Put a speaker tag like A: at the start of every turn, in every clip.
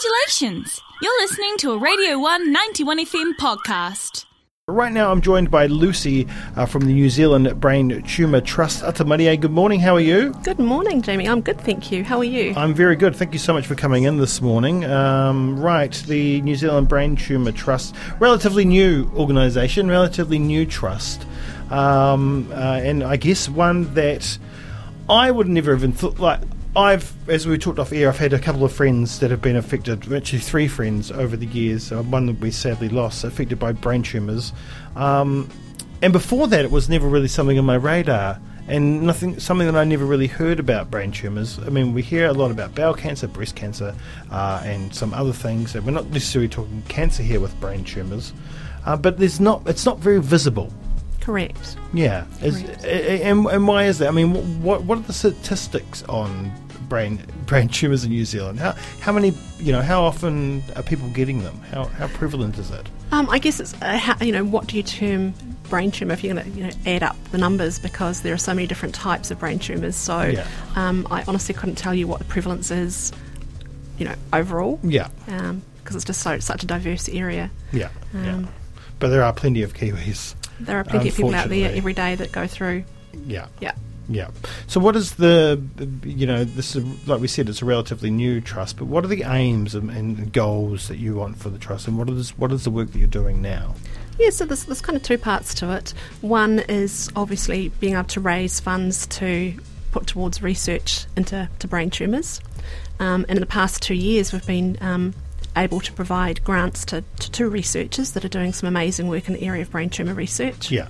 A: Congratulations! You're listening to a Radio 1 91 FM podcast.
B: Right now, I'm joined by Lucy uh, from the New Zealand Brain Tumour Trust. Atamaria, good morning. How are you?
C: Good morning, Jamie. I'm good, thank you. How are you?
B: I'm very good. Thank you so much for coming in this morning. Um, right, the New Zealand Brain Tumour Trust, relatively new organisation, relatively new trust, um, uh, and I guess one that I would never even thought like. I've, as we talked off air, I've had a couple of friends that have been affected, actually three friends over the years, uh, one that we sadly lost, affected by brain tumours. Um, and before that, it was never really something on my radar and nothing, something that I never really heard about brain tumours. I mean, we hear a lot about bowel cancer, breast cancer, uh, and some other things, and we're not necessarily talking cancer here with brain tumours, uh, but there's not, it's not very visible.
C: Correct.
B: Yeah, is,
C: Correct.
B: a- a- and, and why is that? I mean, wh- what what are the statistics on brain brain tumors in New Zealand? How how many you know? How often are people getting them? How how prevalent is it?
C: Um, I guess it's uh, how, you know what do you term brain tumor if you're going to you know add up the numbers because there are so many different types of brain tumors. So
B: Yeah.
C: um, I honestly couldn't tell you what the prevalence is, you know, overall.
B: Yeah,
C: Because it's just so such a diverse area.
B: yeah, yeah.
C: Um,
B: But there are plenty of Kiwis.
C: There are plenty of people out there
B: Unfortunately.
C: every day that go through.
B: Yeah,
C: Yeah.
B: yeah. So what is the you know this is like we said it's a relatively new trust, but what are the aims and, and goals that you want for the trust, and what is what is the work that you're doing now?
C: Yeah, so there's, there's kind of two parts to it. One is obviously being able to raise funds to put towards research into to brain tumours. Um, and in the past two years, we've been um, able to provide grants to, to two researchers that are doing some amazing work in the area of brain tumour research.
B: Yeah,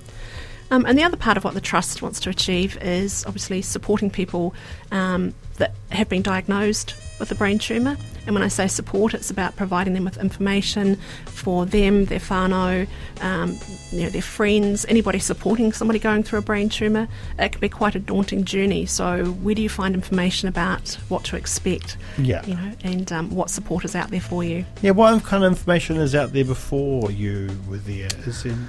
C: Um, and the other part of what the trust wants to achieve is obviously supporting people um, that have been diagnosed with a brain tumour. And when I say support, it's about providing them with information for them, their whānau, um, you know, their friends, anybody supporting somebody going through a brain tumour. It can be quite a daunting journey. So where do you find information about what to expect?
B: Yeah.
C: You know, and um, what support is out there for you?
B: yeah. What kind of information is out there before you were there? Is in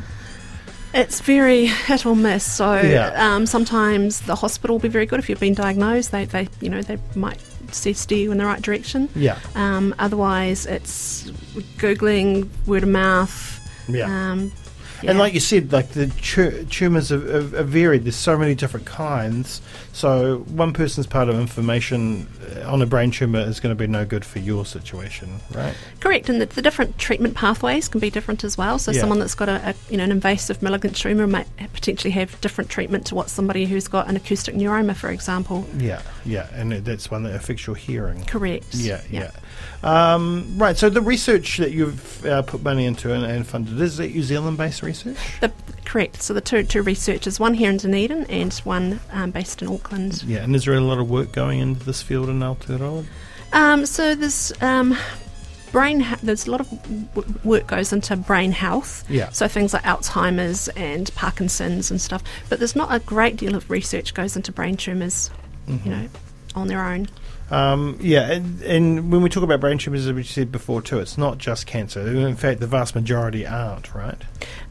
C: It's very hit or miss. So
B: Yeah.
C: um, sometimes the hospital will be very good if you've been diagnosed. They, they you know, they might steer steer you in the right direction.
B: Yeah.
C: Um, otherwise, it's googling, word of mouth.
B: Yeah.
C: Um,
B: And
C: yeah.
B: like you said, like the tu- tumors are, are, are varied. There's so many different kinds. So one person's part of information uh, on a brain tumor is going to be no good for your situation, right?
C: Correct, and the, the different treatment pathways can be different as well. So
B: Yeah.
C: someone that's got a, a you know an invasive malignant tumour might potentially have different treatment to what somebody who's got an acoustic neuroma, for example.
B: Yeah, yeah, and it- that's one that affects your hearing.
C: Correct.
B: Yeah, yeah. Um, right. So the research that you've uh, put money into and, and funded is it New Zealand-based research?
C: The, correct. So the two two researchers, one here in Dunedin and one um, based in Auckland.
B: Yeah, and is there a lot of work going into this field in Aotearoa?
C: Um, so there's um, brain. He- there's a lot of w- work goes into brain health.
B: Yeah.
C: So things like Alzheimer's and Parkinson's and stuff. But there's not a great deal of research goes into brain tumours. You know, on their own.
B: Um, yeah, and, and when we talk about brain tumors, as we said before too, it's not just cancer. In fact, the vast majority aren't, right?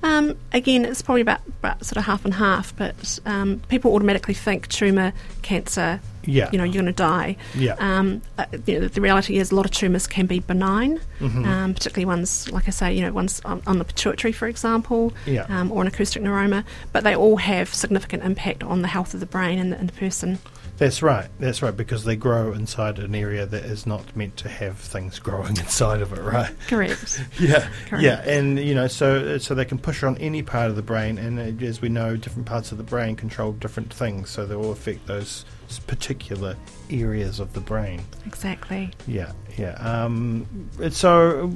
C: Um, again, it's probably about, about sort of half and half, but um, people automatically think tumour, cancer,
B: Yeah.
C: you know, you're going to die.
B: Yeah.
C: Um, uh, you know, the reality is a lot of tumours can be benign,
B: Mm-hmm.
C: um, particularly ones, like I say, you know, ones on, on the pituitary, for example,
B: Yeah.
C: um, or an acoustic neuroma, but they all have significant impact on the health of the brain and the, and the person.
B: That's right. That's right. Because they grow inside an area that is not meant to have things growing inside of it, right?
C: Correct.
B: Yeah,
C: Correct.
B: yeah, and you know, so so they can push on any part of the brain, and uh, as we know, different parts of the brain control different things, so they will affect those s- particular areas of the brain.
C: exactly.
B: Yeah, yeah. Um, and so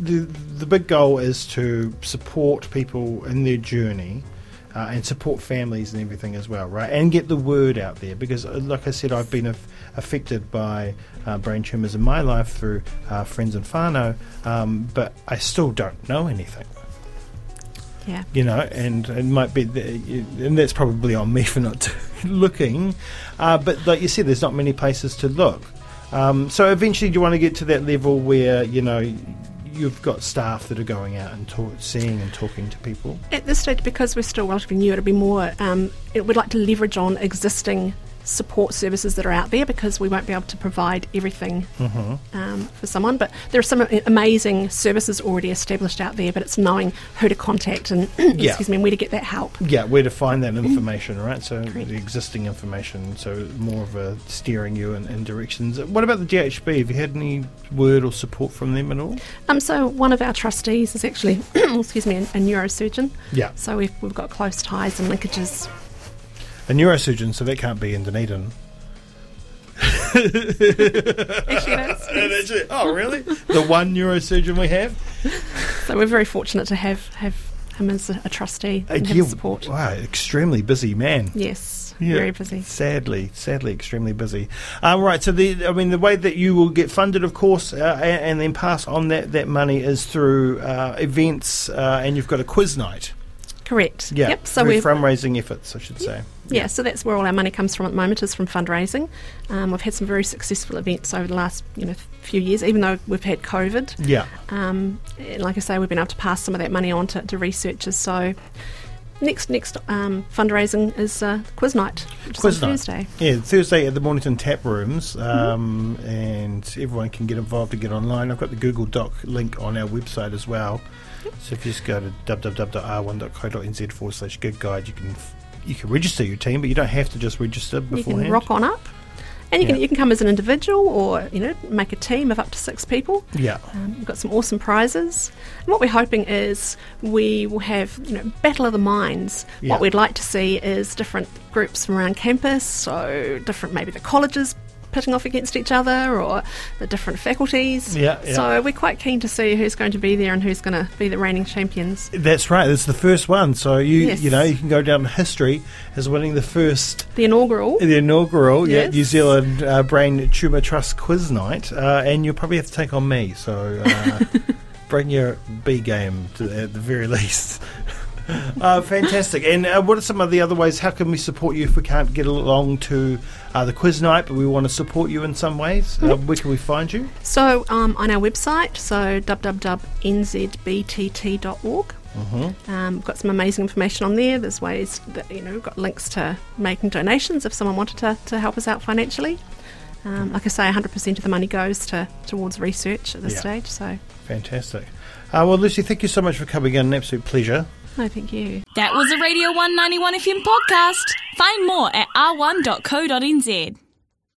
B: the the big goal is to support people in their journey. Uh, and support families and everything as well, right? And get the word out there because, uh, like I said, I've been aff affected by uh, brain tumours in my life through uh, friends and whānau, um, but I still don't know anything,
C: Yeah.
B: you know, and it might be, th- and that's probably on me for not looking. Uh, but like you said, there's not many places to look. Um, so eventually, you want to get to that level where you know you've got staff that are going out and talk, seeing and talking to people.
C: At this stage, because we're still relatively new, it'll be more. Um, it, we'd like to leverage on existing support services that are out there because we won't be able to provide everything
B: Mm-hmm.
C: um, for someone. But there are some a- amazing services already established out there, but it's knowing who to contact and excuse me, and where to get that help.
B: Yeah, where to find that information, right? So the existing information, so more of a steering you in, in directions. What about the DHB? Have you had any word or support from them at all?
C: Um, so one of our trustees is actually, excuse me, a, a neurosurgeon.
B: Yeah,
C: So we've, we've got close ties and linkages.
B: a neurosurgeon, so that can't be in Dunedin.
C: Actually, it is.
B: Oh, really? the one neurosurgeon we have?
C: So we're very fortunate to have, have him as a, a trustee
B: Uh,
C: and have
B: yeah,
C: his support.
B: Wow, extremely busy man.
C: Yes,
B: Yeah.
C: very busy.
B: Sadly, sadly, extremely busy. Um, right, so the I mean the way that you will get funded, of course, uh, and, and then pass on that that money is through uh, events, uh, and you've got a quiz night.
C: Correct.
B: Yeah,
C: Yep. So
B: through
C: we've
B: fundraising efforts, I should say.
C: yeah. So that's where all our money comes from at the moment is from fundraising. Um, we've had some very successful events over the last you know few years, even though we've had COVID.
B: Yeah,
C: Um, and like I say, we've been able to pass some of that money on to, to researchers. So next next um, fundraising is uh, quiz night, which
B: Quiz
C: is
B: night.
C: on Thursday.
B: yeah. Thursday at the Mornington Tap Rooms, um, and everyone can get involved and get online. I've got the Google Doc link on our website as well. So if you just go to www.r1.co.nz forward slash gig guide, you can f- you can register your team, but you don't have to just register beforehand.
C: You can rock on up, and you can
B: Yeah.
C: you can come as an individual or you know make a team of up to six people.
B: Yeah.
C: Um, we've got some awesome prizes. And what we're hoping is we will have, you know, Battle of the Minds.
B: Yeah.
C: What we'd like to see is different groups from around campus, so different, maybe the colleges pitting off against each other or the different faculties.
B: Yeah, yeah.
C: So we're quite keen to see who's going to be there and who's going to be the reigning champions.
B: That's right. That's the first one. So you
C: Yes.
B: you know you can go down in history as winning the first
C: The inaugural.
B: the inaugural yeah,
C: Yes.
B: New Zealand uh, Brain Tumor Trust Quiz Night, uh, and you'll probably have to take on me. So uh, bring your B game to, at the very least. Uh, fantastic. And uh, what are some of the other ways? How can we support you if we can't get along to uh, the quiz night, but we want to support you in some ways? Uh, where can we find you?
C: So um, on our website, so www.nzbtt.org. Mm-hmm. Um, we've got some amazing information on there. There's ways that you know we've got links to making donations if someone wanted to, to help us out financially. Um, like I say, 100% of the money goes to towards research at this
B: Yeah.
C: stage. So
B: Fantastic. Uh, well, Lucy, thank you so much for coming in. An absolute pleasure.
C: no, thank you.
A: That was a Radio 191 FM podcast. Find more at r1.co.nz.